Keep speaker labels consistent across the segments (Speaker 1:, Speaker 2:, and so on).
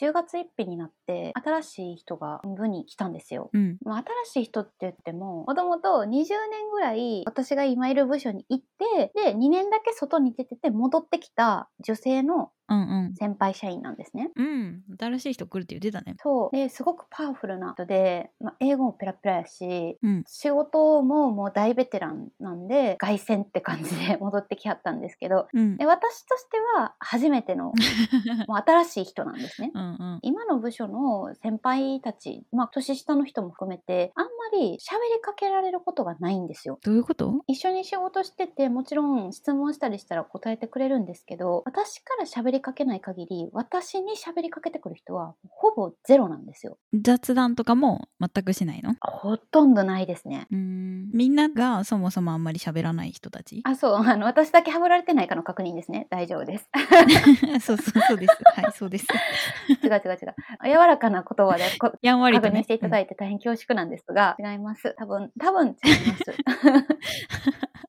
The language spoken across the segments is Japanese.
Speaker 1: 10月1日になって新しい人が部に来たんですよ。
Speaker 2: うん。
Speaker 1: まあ、新しい人って言ってももともと20年ぐらい私が今いる部署に行ってで2年だけ外に出てて戻ってきた女性の
Speaker 2: うん
Speaker 1: 先輩社員なんですね。
Speaker 2: うん。うん。新しい人来るって言ってたね。
Speaker 1: そうですごくパワフルな人で、まあ、英語もペラペラやし
Speaker 2: うん。
Speaker 1: 仕事ももう大ベテランなんで凱旋って感じで戻ってきはったんですけど
Speaker 2: うん。
Speaker 1: え私としては初めてのもう新しい人なんですね。
Speaker 2: うんうん。
Speaker 1: 今の部署の先輩たち、まあ、年下の人も含めてあんまり喋りかけられることがないんですよ。
Speaker 2: どういうこと
Speaker 1: 一緒に仕事しててもちろん質問したりしたら答えてくれるんですけど私から喋りかけない限り私に喋りかけてくる人はほぼゼロなんですよ。
Speaker 2: 雑談とかも全くしないの
Speaker 1: ほとんどないですね。
Speaker 2: うーん。みんながそもそもあんまり喋らない人たち
Speaker 1: あそうあの私だけハブられてないかの確認ですね大丈夫です。
Speaker 2: そうそうそうです。はい、そうです。
Speaker 1: 違う違う違う柔らかな言葉でこ
Speaker 2: やんわり
Speaker 1: 確
Speaker 2: とね。
Speaker 1: 認していただいて大変恐縮なんですが、違います。多分、多分違い ます。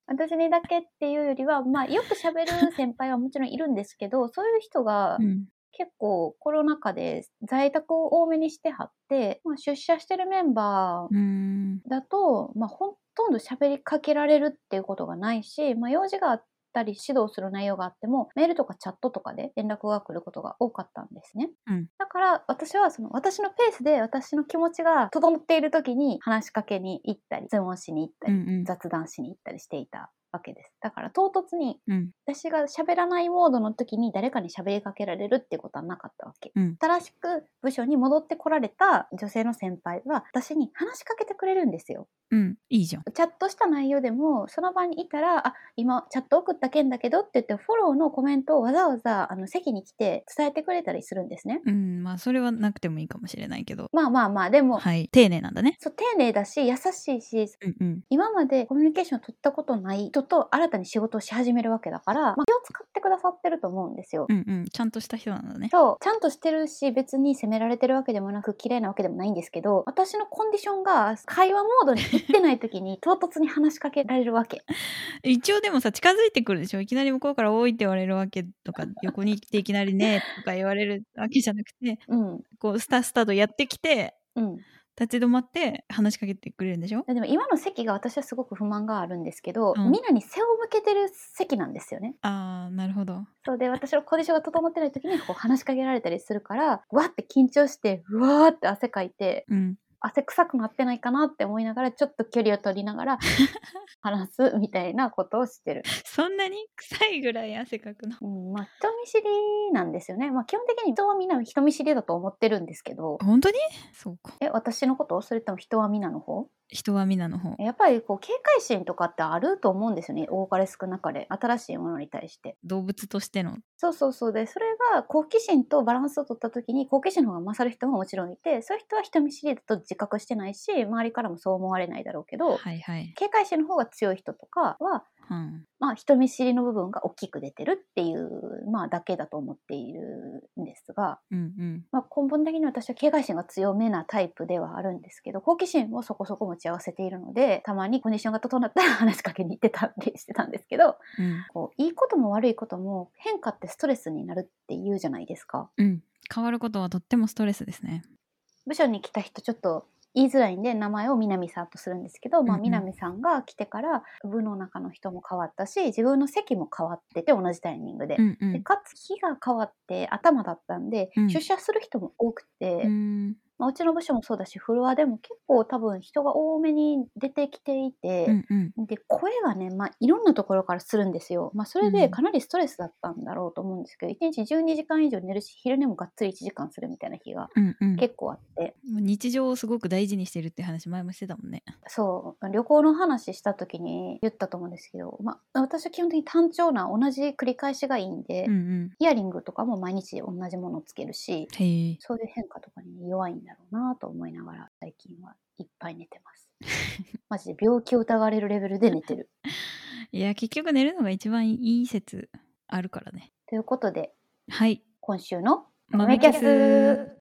Speaker 1: 私にだけっていうよりは、まあ、よく喋る先輩はもちろんいるんですけど、そういう人が
Speaker 2: うんうん
Speaker 1: 結構コロナ禍で在宅を多めにしてはって、まあ、出社してるメンバ
Speaker 2: うーん。
Speaker 1: ーだと、まあ、ほとんど喋りかけられるっていうことがないし、まあ、用事があったり指導する内容があってもメールとかチャットとかで連絡が来ることが多かったんですね。
Speaker 2: うん
Speaker 1: だから私はその私のペースで私の気持ちが整っている時に話しかけに行ったり質問しに行った
Speaker 2: う
Speaker 1: り、
Speaker 2: んうん。
Speaker 1: 雑談しに行ったりしていたわけですだから唐突に
Speaker 2: うん
Speaker 1: 私が喋らないモードの時に誰かに喋りかけられるっていうことはなかったわけ、
Speaker 2: うん
Speaker 1: 新しく部署に戻ってこられた女性の先輩は私に話しかけてくれるんですよ
Speaker 2: うん。いいじゃん。
Speaker 1: チャットした内容でもその場にいたら「あ今チャット送った件だけど」って言ってフォローのコメントをわざわざあの席に来て伝えてくれたりするんですね
Speaker 2: うん。まあ、それはなくてもいいかもしれないけど。
Speaker 1: まあまあまあでも、
Speaker 2: はい。丁寧なんだね。
Speaker 1: そう丁寧だし優しいし
Speaker 2: うんうん。
Speaker 1: 今までコミュニケーションを取ったことない人と新たに仕事をし始めるわけだから、まあ、気を使ってくださってると思うんですよ。
Speaker 2: うんうん。ちゃんとした人なんだね。
Speaker 1: そうちゃんとしてるし別に責められてるわけでもなく綺麗なわけでもないんですけど私のコンディションが会話モードに行ってない時に唐突に話しかけられるわけ
Speaker 2: 一応でもさ近づいてくるでしょいきなり向こうから「多い」って言われるわけと か横に来ていきなり「ね」とか言われるわけじゃなくて
Speaker 1: うん
Speaker 2: こうスタスタとやってきて
Speaker 1: うん
Speaker 2: 立ち止まって話しかけてくれるんでしょ
Speaker 1: でも今の席が私はすごく不満があるんですけど、
Speaker 2: うん
Speaker 1: 皆に背を向けてる席なんですよね
Speaker 2: あーなるほど
Speaker 1: そうで私のコンディションが整ってない時にこう話しかけられたりするからわって緊張してうわーって汗かいて
Speaker 2: うん
Speaker 1: 汗臭くなってないかなって思いながらちょっと距離を取りながら話すみたいなことをしてる、
Speaker 2: そんなに臭いぐらい汗かくの
Speaker 1: うん、まあ人見知りなんですよね、まあ、基本的に人はみんな人見知りだと思ってるんですけど
Speaker 2: 本当にそうか
Speaker 1: え私のことそれとも人は皆の方
Speaker 2: 人は皆の方
Speaker 1: やっぱりこう警戒心とかってあると思うんですよね多かれ少なかれ新しいものに対して
Speaker 2: 動物としての
Speaker 1: そうそうそうでそれが好奇心とバランスを取った時に好奇心の方が勝る人ももちろんいてそういう人は人見知りだと自覚してないし周りからもそう思われないだろうけど、
Speaker 2: はいはい、
Speaker 1: 警戒心の方が強い人とかは
Speaker 2: うん、
Speaker 1: まあ、人見知りの部分が大きく出てるっていう、まあ、だけだと思っているんですが、
Speaker 2: うんうん
Speaker 1: まあ、根本的に私は警戒心が強めなタイプではあるんですけど好奇心もそこそこ持ち合わせているのでたまにコンディションが整ったら話しかけに行ってたりしてたんですけど
Speaker 2: うん
Speaker 1: こういいことも悪いことも変化ってストレスになるって言うじゃないですか。
Speaker 2: うん変わることはとってもストレスですね
Speaker 1: 部署に来た人ちょっと言いづらいんで名前を南さんとするんですけど、まあ、
Speaker 2: うんうん
Speaker 1: 南さんが来てから部の中の人も変わったし自分の席も変わってて同じタイミングで
Speaker 2: う。んう
Speaker 1: で
Speaker 2: ん
Speaker 1: かつ日が変わって頭だったんで、
Speaker 2: うん
Speaker 1: 出社する人も多くて、
Speaker 2: うーん
Speaker 1: まあ、うちの部署もそうだしフロアでも結構多分人が多めに出てきていて、
Speaker 2: うんうん
Speaker 1: で声がね、まあ、いろんなところからするんですよ、まあ、それ
Speaker 2: う
Speaker 1: で
Speaker 2: ん
Speaker 1: かなりストレスだったんだろうと思うんですけど、1日12時間以上寝るし昼寝もがっつり1時間するみたいな日が
Speaker 2: うんうん
Speaker 1: 結構あって、
Speaker 2: もう日常をすごく大事にしてるって話前もしてたもんね。
Speaker 1: そう旅行の話した時に言ったと思うんですけど、まあ、私は基本的に単調な同じ繰り返しがいいんで、
Speaker 2: うんうん、
Speaker 1: イヤリングとかも毎日同じものをつけるし。
Speaker 2: へえ
Speaker 1: そういう変化とかに弱いんだろうなと思いながら最近はいっぱい寝てます。 マジで病気を疑われるレベルで寝てる。
Speaker 2: いや結局寝るのが一番いい説あるからね。
Speaker 1: ということで
Speaker 2: はい
Speaker 1: 今週の
Speaker 2: 豆キャス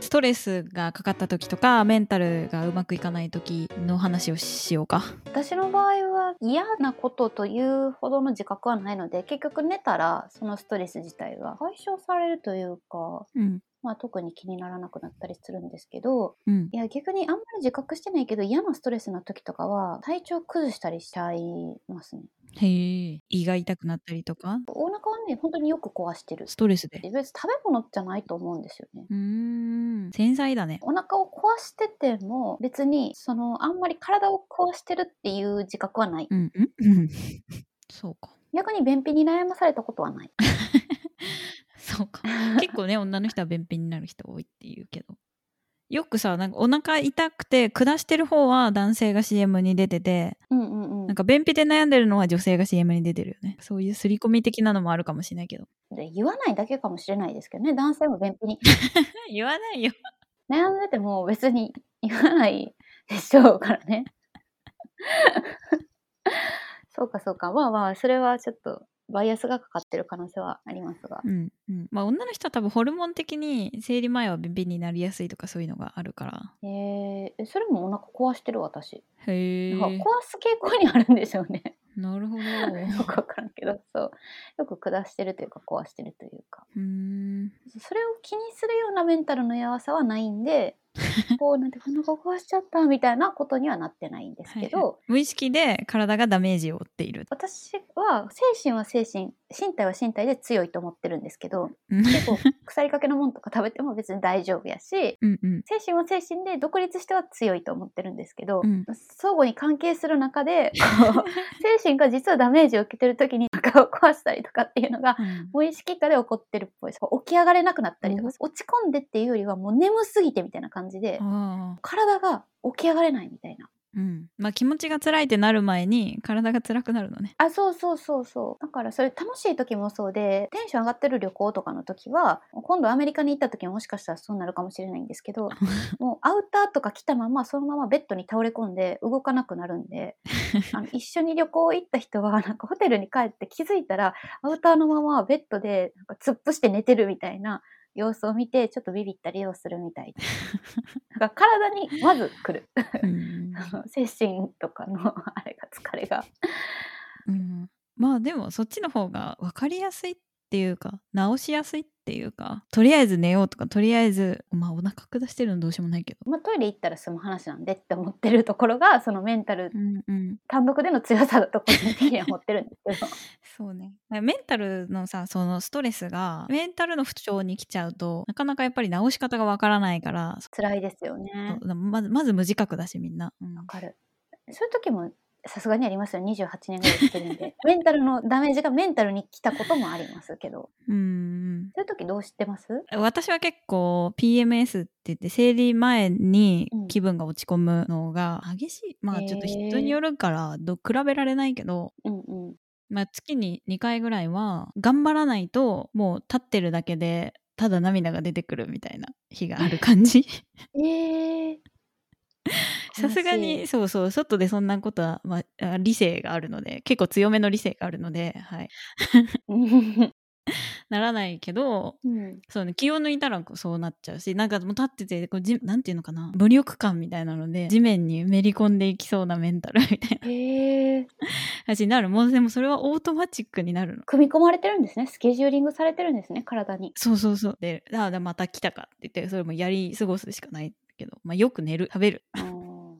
Speaker 2: ストトレスがかかった時とかメンタルがうまくいかない時の話をしようか
Speaker 1: 私の場合は嫌なことというほどの自覚はないので結局寝たらそのストレス自体は解消されるというか、
Speaker 2: うん
Speaker 1: まあ、特に気にならなくなったりするんですけど
Speaker 2: うん
Speaker 1: いや逆にあんまり自覚してないけど嫌なストレスの時とかは体調崩したりしちゃいますね
Speaker 2: へえ胃が痛くなったりとか
Speaker 1: お腹はね本当によく壊してる
Speaker 2: ストレスで
Speaker 1: 別に食べ物じゃないと思うんですよね
Speaker 2: うーん繊細だね
Speaker 1: お腹を壊してても別にそのあんまり体を壊してるっていう自覚はない
Speaker 2: うんうんうん そうか
Speaker 1: 逆に便秘に悩まされたことは ない
Speaker 2: そうか結構ね女の人は便秘になる人多いって言うけどよくさなんかお腹痛くて下してる方は男性が CM に出てて
Speaker 1: うんうんうん
Speaker 2: なんか便秘で悩んでるのは女性が CM に出てるよねそういう刷り込み的なのもあるかもしれないけど
Speaker 1: で言わないだけかもしれないですけどね男性も便秘に
Speaker 2: 言わないよ
Speaker 1: 悩んでても別に言わないでしょうからね そうかそうかまあまあそれはちょっとバイアスがかかってる可能性はありますが
Speaker 2: うんうんまあ女の人は多分ホルモン的に生理前は便秘になりやすいとかそういうのがあるから
Speaker 1: えーえそれもお腹壊してる私
Speaker 2: へえ
Speaker 1: なんか壊す傾向にあるんでしょうね
Speaker 2: なるほど
Speaker 1: よくわからんけどそうよく下してるというか壊してるというか
Speaker 2: うーん
Speaker 1: それを気にするようなメンタルのやわさはないん でこうなんてお腹壊しちゃったみたいなことにはなってないんですけど、
Speaker 2: はいはい無意識で体がダメージを負っている
Speaker 1: 私は精神は精神身体は身体で強いと思ってるんですけど
Speaker 2: うん
Speaker 1: 結構腐りかけのものとか食べても別に大丈夫やし
Speaker 2: うんうん
Speaker 1: 精神は精神で独立しては強いと思ってるんですけど、
Speaker 2: うん
Speaker 1: 相互に関係する中でこう精神が実はダメージを受けてる時に中を壊したりとかっていうのが
Speaker 2: うん
Speaker 1: 無意識下で起こってるっぽいですこう起き上がれなくなったりとか、落ち込んでっていうよりはもう眠すぎてみたいな感じで
Speaker 2: ああ
Speaker 1: 体が起き上がれないみたいな
Speaker 2: うんまあ気持ちが辛いってなる前に体が辛くなる のね
Speaker 1: あそうそうそうそうだからそれ楽しい時もそうでテンション上がってる旅行とかの時は今度アメリカに行った時ももしかしたらそうなるかもしれないんですけどもうアウターとか着たままそのままベッドに倒れ込んで動かなくなるんであの一緒に旅行行った人はなんかホテルに帰って気づいたらアウターのままベッドでなんか突っ伏して寝てるみたいな様子を見てちょっとビビったりをするみたいなんか体にまず来る
Speaker 2: うん
Speaker 1: あの精神とかのあれが疲れが。
Speaker 2: うんまあでもそっちの方が分かりやすいっていうか直しやすいっていうかとりあえず寝ようとかとりあえずまあお腹下してるのどうしようもないけど
Speaker 1: まあ、トイレ行ったら済む話なんでって思ってるところが そのメンタル
Speaker 2: うんうん
Speaker 1: 単独での強さだと個人的には思ってるんですけ ど
Speaker 2: そうねメンタルのさそのストレスがメンタルの不調に来ちゃうとなかなかやっぱり直し方がわからないからそ
Speaker 1: 辛いですよね。
Speaker 2: まずまず無自覚だしみんな、うん
Speaker 1: わかるそういう時もさすがにありますよ28年ぐらい生きてるんで メンタルのダメージがメンタルに来たこともありますけど
Speaker 2: うん
Speaker 1: そういう時どうしてます
Speaker 2: うん私は結構 PMS って言って生理前に気分が落ち込むのが激しい、まあちょっと人によるからど比べられないけど
Speaker 1: うんうん
Speaker 2: まあ、月に2回ぐらいは頑張らないともう立ってるだけでただ涙が出てくるみたいな日がある感 じ
Speaker 1: えー
Speaker 2: さすがにそうそう外でそんなことは、まあ、あ理性があるので結構強めの理性があるので、はい、
Speaker 1: 悲しい
Speaker 2: ならないけど
Speaker 1: うん
Speaker 2: そう、ね、気を抜いたらそうなっちゃうしなんかもう立っててこうじなんていうのかな無力感みたいなので地面にめり込んでいきそうなメンタル みたいな
Speaker 1: えー
Speaker 2: 話になるもうでもそれはオートマチックになるの。
Speaker 1: 組み込まれてるんですねスケジューリングされてるんですね体に
Speaker 2: そうそうそう。で、ああ、だまた来たかって言って、それもやり過ごすしかないけど、まあ、よく寝る、食べる
Speaker 1: あー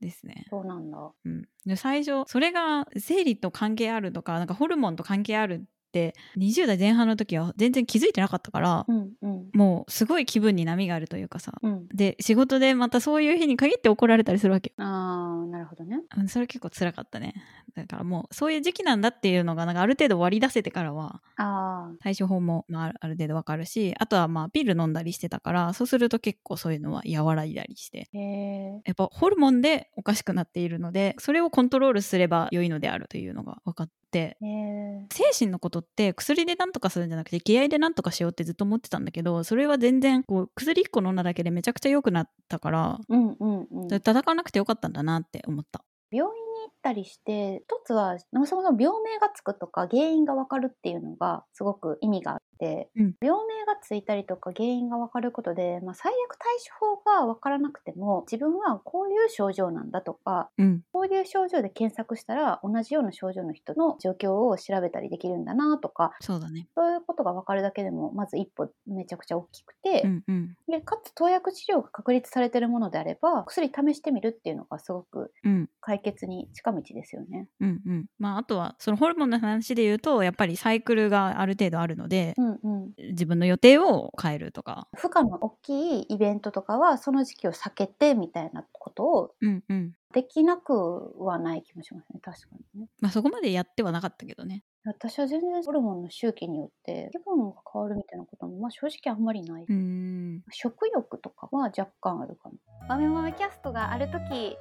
Speaker 2: ですね。
Speaker 1: そうなんだ
Speaker 2: うん。で、最初、それが生理と関係あるとか、なんかホルモンと関係あるって、20代前半の時は全然気づいてなかったから
Speaker 1: う、んうん
Speaker 2: もうすごい気分に波があるというかさ。
Speaker 1: うん
Speaker 2: で、仕事でまたそういう日に限って怒られたりするわけよ。
Speaker 1: ああなるほどね
Speaker 2: うんそれ結構辛かったね。だからもう、そういう時期なんだっていうのが、なんかある程度割り出せてからは、
Speaker 1: ああ
Speaker 2: 対処法もまああるある程度わかるしあとはまあピル飲んだりしてたからそうすると結構そういうのは和らいだりして
Speaker 1: へえ
Speaker 2: やっぱホルモンでおかしくなっているのでそれをコントロールすれば良いのであるというのが分かって
Speaker 1: へえ
Speaker 2: 精神のことって薬でなんとかするんじゃなくて気合でなんとかしようってずっと思ってたんだけどそれは全然こう薬1個飲んだだけでめちゃくちゃ良くなったから
Speaker 1: うんうんうん。
Speaker 2: そ
Speaker 1: 病
Speaker 2: れ叩かなくてよかったんだなって思った。
Speaker 1: 院に行ったりして一つはそもそも病名がつくとか原因がわかるっていうのがすごく意味があって、
Speaker 2: うん
Speaker 1: 病名がついたりとか原因がわかることで、まあ、最悪対処法がわからなくても自分はこういう症状なんだとか
Speaker 2: うん
Speaker 1: こういう症状で検索したら同じような症状の人の状況を調べたりできるんだなとか
Speaker 2: そうだね
Speaker 1: そういうことがわかるだけでもまず一歩めちゃくちゃ大きくて、
Speaker 2: うんうん
Speaker 1: でかつ投薬治療が確立されてるものであれば薬試してみるっていうのがすごく
Speaker 2: うん
Speaker 1: 解決に近道ですよね。
Speaker 2: うんうんまああとはそのホルモンの話で言うとやっぱりサイクルがある程度あるので、
Speaker 1: うんうん、
Speaker 2: 自分の予定を変えるとか
Speaker 1: 負荷の大きいイベントとかはその時期を避けてみたいなことを
Speaker 2: うんうん
Speaker 1: できなくはない気もしますね確かにね。
Speaker 2: まあそこまでやってはなかったけどね
Speaker 1: 私は全然ホルモンの周期によって気分が変わるみたいなことも、まあ、正直あんまりない。
Speaker 2: うん
Speaker 1: 食欲とかは若干あるかも。マメマメキャストがあるとき。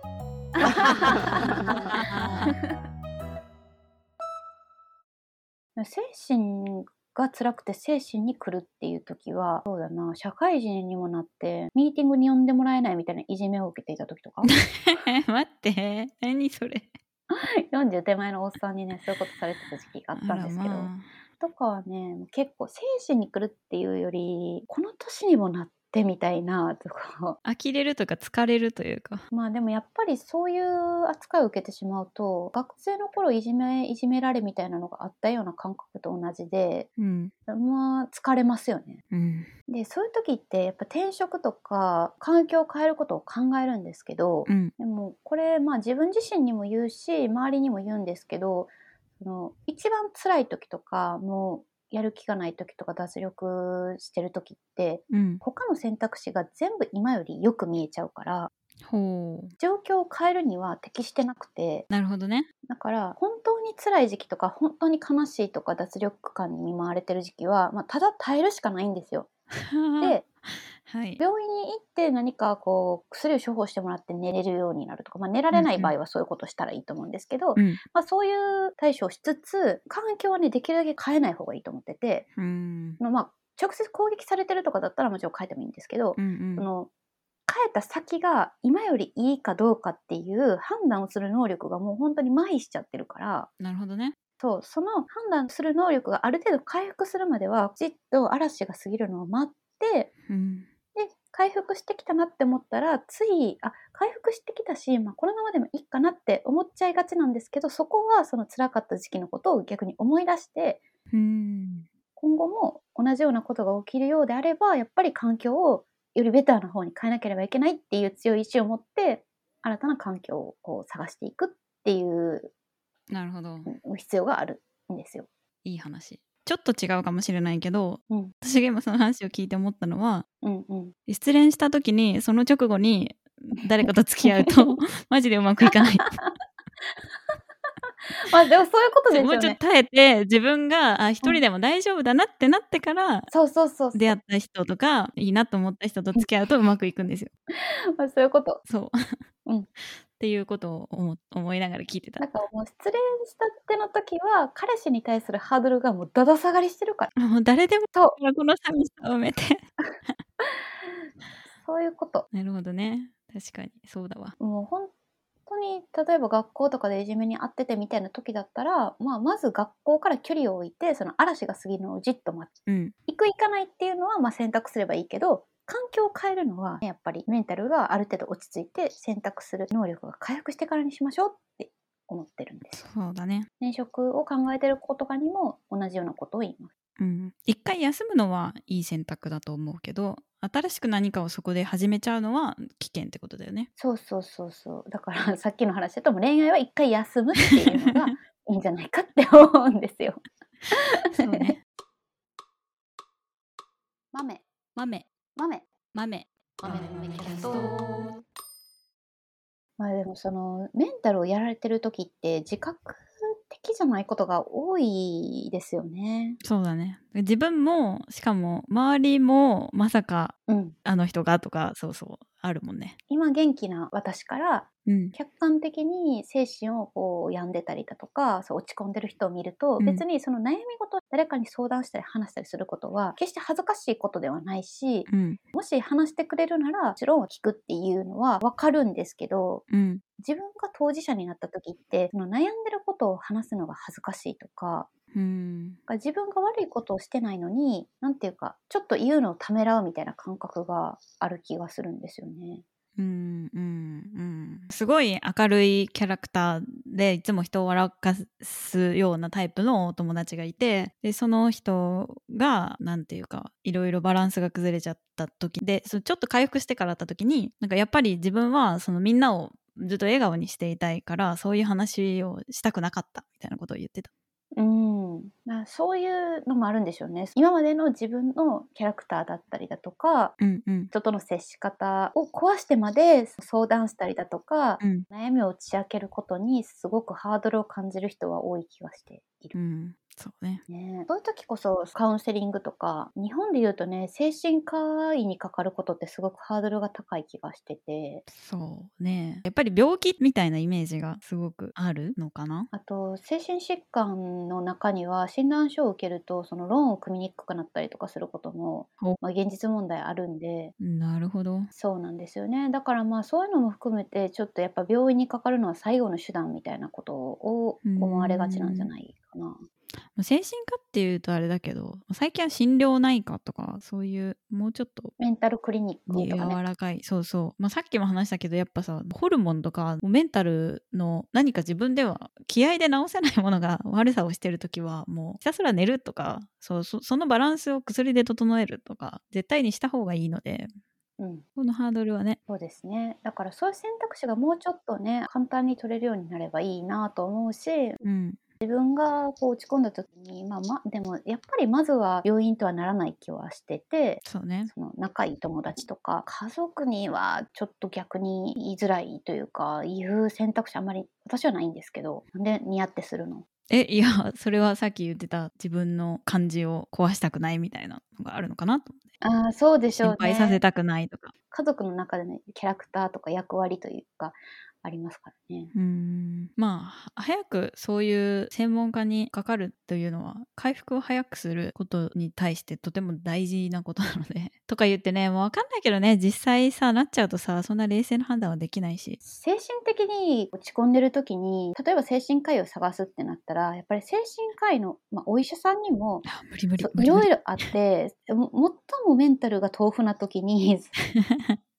Speaker 1: 精神が辛くて精神に来るっていう時はそうだな社会人にもなってミーティングに呼んでもらえないみたいないじめを受けていた時 とか
Speaker 2: 待って何それ
Speaker 1: 40手前のおっさんにねそういうことされてた時期があったんですけど、
Speaker 2: あらまあ
Speaker 1: とかはねもう結構精神に来るっていうよりこの年にもなってみたいなとか
Speaker 2: 呆れるとか疲れるというか
Speaker 1: まあでもやっぱりそういう扱いを受けてしまうと学生の頃いじめいじめられみたいなのがあったような感覚と同じで
Speaker 2: うん
Speaker 1: まあ疲れますよね。
Speaker 2: うん
Speaker 1: でそういう時ってやっぱ転職とか環境を変えることを考えるんですけど、
Speaker 2: うん
Speaker 1: でもこれまあ自分自身にも言うし周りにも言うんですけどその一番辛い時とかもうやる気がない時とか脱力してる時って
Speaker 2: うん
Speaker 1: 他の選択肢が全部今よりよく見えちゃうから
Speaker 2: ほう
Speaker 1: 状況を変えるには適してなくて
Speaker 2: なるほどね
Speaker 1: だから本当に辛い時期とか本当に悲しいとか脱力感に見舞われてる時期は、まあ、ただ耐えるしかないんですよ。で
Speaker 2: はい
Speaker 1: 病院に行って何かこう薬を処方してもらって寝れるようになるとか、まあ、寝られない場合はそういうことしたらいいと思うんですけど、
Speaker 2: うん
Speaker 1: まあ、そういう対処をしつつ環境はねできるだけ変えない方がいいと思ってて
Speaker 2: うん
Speaker 1: あの、まあ、直接攻撃されてるとかだったらもちろん変えてもいいんですけど、
Speaker 2: うんう
Speaker 1: そ
Speaker 2: ん
Speaker 1: の変えた先が今よりいいかどうかっていう判断をする能力がもう本当に麻痺しちゃってるから。
Speaker 2: なるほどね
Speaker 1: そうその判断する能力がある程度回復するまではじっと嵐が過ぎるのを待って
Speaker 2: うん
Speaker 1: で回復してきたなって思ったらついあ回復してきたし、まあ、このままでもいいかなって思っちゃいがちなんですけどそこはその辛かった時期のことを逆に思い出して
Speaker 2: うん
Speaker 1: 今後も同じようなことが起きるようであればやっぱり環境をよりベターな方に変えなければいけないっていう強い意志を持って新たな環境をこう探していくっていう
Speaker 2: なるほど
Speaker 1: うん必要があるんですよ。
Speaker 2: いい話ちょっと違うかもしれないけど、
Speaker 1: うん
Speaker 2: 私が今その話を聞いて思ったのは
Speaker 1: うんうん、
Speaker 2: 失恋した時にその直後に誰かと付き合うとマジでうまくいかない
Speaker 1: まあでも そういうことです
Speaker 2: も
Speaker 1: よ
Speaker 2: う ちょっ
Speaker 1: ね。
Speaker 2: と耐えて自分があ一人でも大丈夫だなってなってから
Speaker 1: そうそうそうそう、
Speaker 2: 出会った人とかいいなと思った人と付き合うとうまくいくんですよ。
Speaker 1: まあ、そういうこと。
Speaker 2: そう、
Speaker 1: うん
Speaker 2: っていうことを思思いながら聞いてた
Speaker 1: だ。からもう失恋したっての時は彼氏に対するハードルがもうだだ下がりしてるから
Speaker 2: もう誰でも
Speaker 1: そう
Speaker 2: この寂しさを埋めて。
Speaker 1: そういうこと
Speaker 2: なるほどね確かにそうだわ。
Speaker 1: もう本当に例えば学校とかでいじめに遭っててみたいな時だったら、まあ、まず学校から距離を置いてその嵐が過ぎるのをじっと待つ
Speaker 2: うん
Speaker 1: 行く行かないっていうのはまあ選択すればいいけど環境を変えるのはやっぱりメンタルがある程度落ち着いて選択する能力が回復してからにしましょうって思ってるんです
Speaker 2: そうだね。
Speaker 1: 転職を考えてる子とかにも同じようなことを言います
Speaker 2: うん、一回休むのはいい選択だと思うけど新しく何かをそこで始めちゃうのは危険ってことだよね。
Speaker 1: そうそうそうそうだから さっきの話だともう恋愛は一回休むっていうのがいいんじゃないかって思うんですよ。
Speaker 2: そう ね。
Speaker 1: 豆
Speaker 2: 豆
Speaker 1: 豆
Speaker 2: 豆
Speaker 1: 豆の豆キャストまあでもそのメンタルをやられてる時って自覚的じゃないことが多いですよね。
Speaker 2: そうだね。自分もしかも周りもまさか
Speaker 1: うん、
Speaker 2: あの人がとかそうそうあるもんね。
Speaker 1: 今元気な私から
Speaker 2: うん、
Speaker 1: 客観的に精神をこう病んでたりだとかそう落ち込んでる人を見ると
Speaker 2: うん
Speaker 1: 別にその悩み事を誰かに相談したり話したりすることは決して恥ずかしいことではないし
Speaker 2: うん、
Speaker 1: もし話してくれるならもちろん聞くっていうのはわかるんですけど
Speaker 2: うん、
Speaker 1: 自分が当事者になった時ってその悩んでることを話すのが恥ずかしいとか
Speaker 2: うん
Speaker 1: なんか自分が悪いことをしてないのになんていうかちょっと言うのをためらうみたいな感覚がある気がするんですよね。
Speaker 2: うんうんうんすごい明るいキャラクターでいつも人を笑かすようなタイプのお友達がいてでその人がなんていうかいろいろバランスが崩れちゃった時でそのちょっと回復してからだった時になんかやっぱり自分はそのみんなをずっと笑顔にしていたいからそういう話をしたくなかったみたいなことを言ってた。
Speaker 1: うん、まあそういうのもあるんでしょうね。今までの自分のキャラクターだったりだとか
Speaker 2: うんうん
Speaker 1: 人との接し方を壊してまで相談したりだとか、
Speaker 2: うん
Speaker 1: 悩みを打ち明けることにすごくハードルを感じる人は多い気がしている
Speaker 2: う。ん、そうね
Speaker 1: ね、そういう時こそカウンセリングとか日本で言うとね精神科医にかかることってすごくハードルが高い気がしてて
Speaker 2: そうねやっぱり病気みたいなイメージがすごくあるのかな
Speaker 1: あと精神疾患の中には診断書を受けるとそのローンを組みにくくなったりとかすることも
Speaker 2: お、
Speaker 1: まあ、現実問題あるんで
Speaker 2: なるほど
Speaker 1: そうなんですよねだからまあそういうのも含めてちょっとやっぱ病院にかかるのは最後の手段みたいなことを思われがちなんじゃないかな。
Speaker 2: まあ精神科っていうとあれだけど最近は心療内科とかそういうもうちょっと
Speaker 1: メンタルクリニック
Speaker 2: 柔
Speaker 1: とかね
Speaker 2: らかいそうそう、まあ、さっきも話したけどやっぱさホルモンとかメンタルの何か自分では気合で治せないものが悪さをしてる時はもうひたすら寝るとかそうそそのバランスを薬で整えるとか絶対にした方がいいので
Speaker 1: うん
Speaker 2: このハードルはね
Speaker 1: そうですね。だからそういう選択肢がもうちょっとね、簡単に取れるようになればいいなと思うし、
Speaker 2: うん
Speaker 1: 自分がこう落ち込んだ時に、まあまあ、でもやっぱりまずは病院とはならない気はしてて、
Speaker 2: そうね
Speaker 1: その仲いい友達とか家族にはちょっと逆に言いづらいというかいう選択肢あんまり私はないんですけどなんで似合ってするの
Speaker 2: えいやそれはさっき言ってた自分の感じを壊したくないみたいなのがあるのかなと思って
Speaker 1: ああそうでしょう
Speaker 2: 心
Speaker 1: ね
Speaker 2: 配させたくないとか
Speaker 1: 家族の中でのキャラクターとか役割というかありますからね
Speaker 2: うーんまあ早くそういう専門家にかかるというのは回復を早くすることに対してとても大事なことなので とか言ってねもう分かんないけどね実際さなっちゃうとさそんな冷静な判断はできないし
Speaker 1: 精神的に落ち込んでる時に例えば精神科医を探すってなったらやっぱり精神科医の、まあ、お医者さんにも
Speaker 2: あ無理無理
Speaker 1: そう
Speaker 2: 無
Speaker 1: い
Speaker 2: 理無
Speaker 1: ろ
Speaker 2: 理
Speaker 1: いろあっても最もメンタルが豆腐な時 に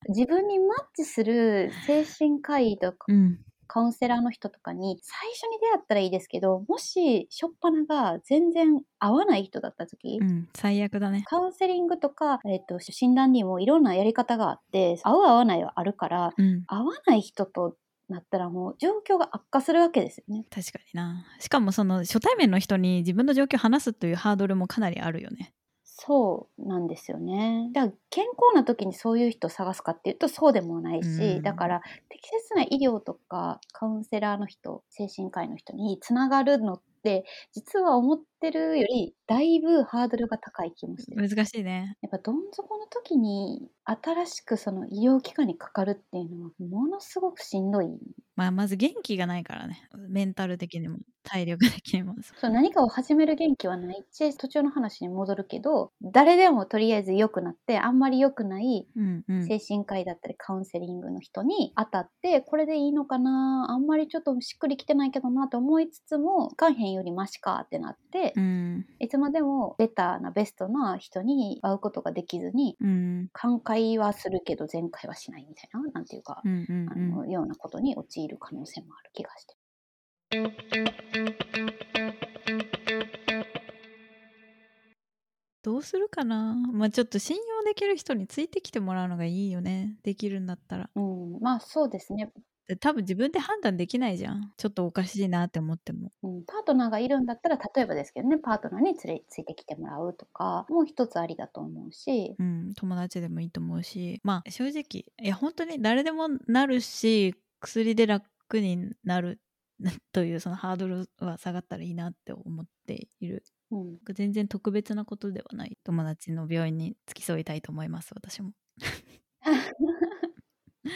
Speaker 1: 自分にマッチする精神科医とか
Speaker 2: うん
Speaker 1: カウンセラーの人とかに最初に出会ったらいいですけどもし初っ端が全然合わない人だった時、
Speaker 2: うん最悪だね
Speaker 1: カウンセリングとか、えっと診断にもいろんなやり方があって合う合わないはあるから
Speaker 2: うん
Speaker 1: 合わない人となったらもう状況が悪化するわけですよね。
Speaker 2: 確かになしかもその初対面の人に自分の状況を話すというハードルもかなりあるよね
Speaker 1: そうなんですよね。だから健康な時にそういう人を探すかっていうとそうでもないし、
Speaker 2: うん
Speaker 1: だから適切な医療とかカウンセラーの人精神科医の人につながるのって実は思ってるよりだいぶハードルが高い気もしてる。
Speaker 2: 難しいね
Speaker 1: やっぱどん底の時に新しくその医療機関にかかるっていうのはものすごくしんどい
Speaker 2: まあまず元気がないからねメンタル的にも体力的にも
Speaker 1: そう何かを始める元気はないし途中の話に戻るけど誰でもとりあえず良くなってあんまり良くない
Speaker 2: うんうん
Speaker 1: 精神科医だったりカウンセリングの人に当たってこれでいいのかなあんまりちょっとしっくりきてないけどなと思いつつも肝炎よりマシかってなって
Speaker 2: うん
Speaker 1: いつまでもベターなベストな人に会うことができずに
Speaker 2: うん
Speaker 1: 寛解はするけど全開はしないみたいななんていうか
Speaker 2: う、んうん
Speaker 1: あ
Speaker 2: うん
Speaker 1: のようなことに陥る可能性もある気がして。
Speaker 2: どうするかなまあちょっと信用できる人についてきてもらうのがいいよねできるんだったら
Speaker 1: うん、まあそうですね、
Speaker 2: で多分自分で判断できないじゃんちょっとおかしいなって思っても
Speaker 1: うん、パートナーがいるんだったら例えばですけどねパートナーに連れついてきてもらうとかもう一つありだと思うし、
Speaker 2: うん、友達でもいいと思うしまあ正直いや本当に誰でもなるし薬で楽になる というそのハードルは下がったらいいなって思っている
Speaker 1: うん、
Speaker 2: 全然特別なことではない友達の病院に付き添いたいと思います私 も。まあ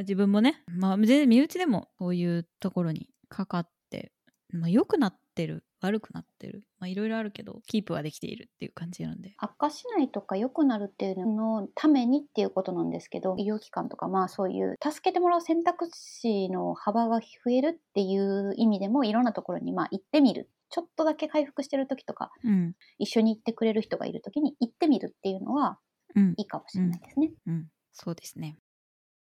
Speaker 2: 自分もね、まあ、全然身内でもこういうところにかかって、まあ、良くなってる悪くなってるまあいろいろあるけどキープはできているっていう感じなんで
Speaker 1: 悪化しないとか良くなるっていうののためにっていうことなんですけど医療機関とかまあそういう助けてもらう選択肢の幅が増えるっていう意味でもいろんなところにまあ行ってみるちょっとだけ回復してる時とか
Speaker 2: うん
Speaker 1: 一緒に行ってくれる人がいる時に行ってみるっていうのは
Speaker 2: うん
Speaker 1: いいかもしれないですね。
Speaker 2: うんそうですね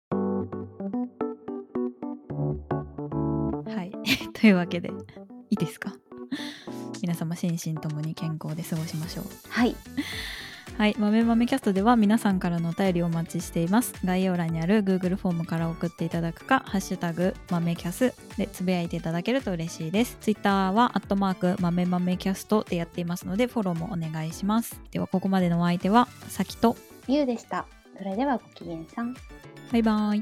Speaker 2: はい というわけでいいですか 皆様心身ともに健康で過ごしましょう
Speaker 1: はい
Speaker 2: はい、まめまめキャストでは皆さんからのお便りをお待ちしています。概要欄にある Google フォームから送っていただくか、ハッシュタグまめキャスでつぶやいていただけると嬉しいです。Twitter はアットマークまめまめキャストでやっていますので、フォローもお願いします。ではここまでのお相手はさきと
Speaker 1: ゆうでした。それではごきげんさん。
Speaker 2: バイバイ。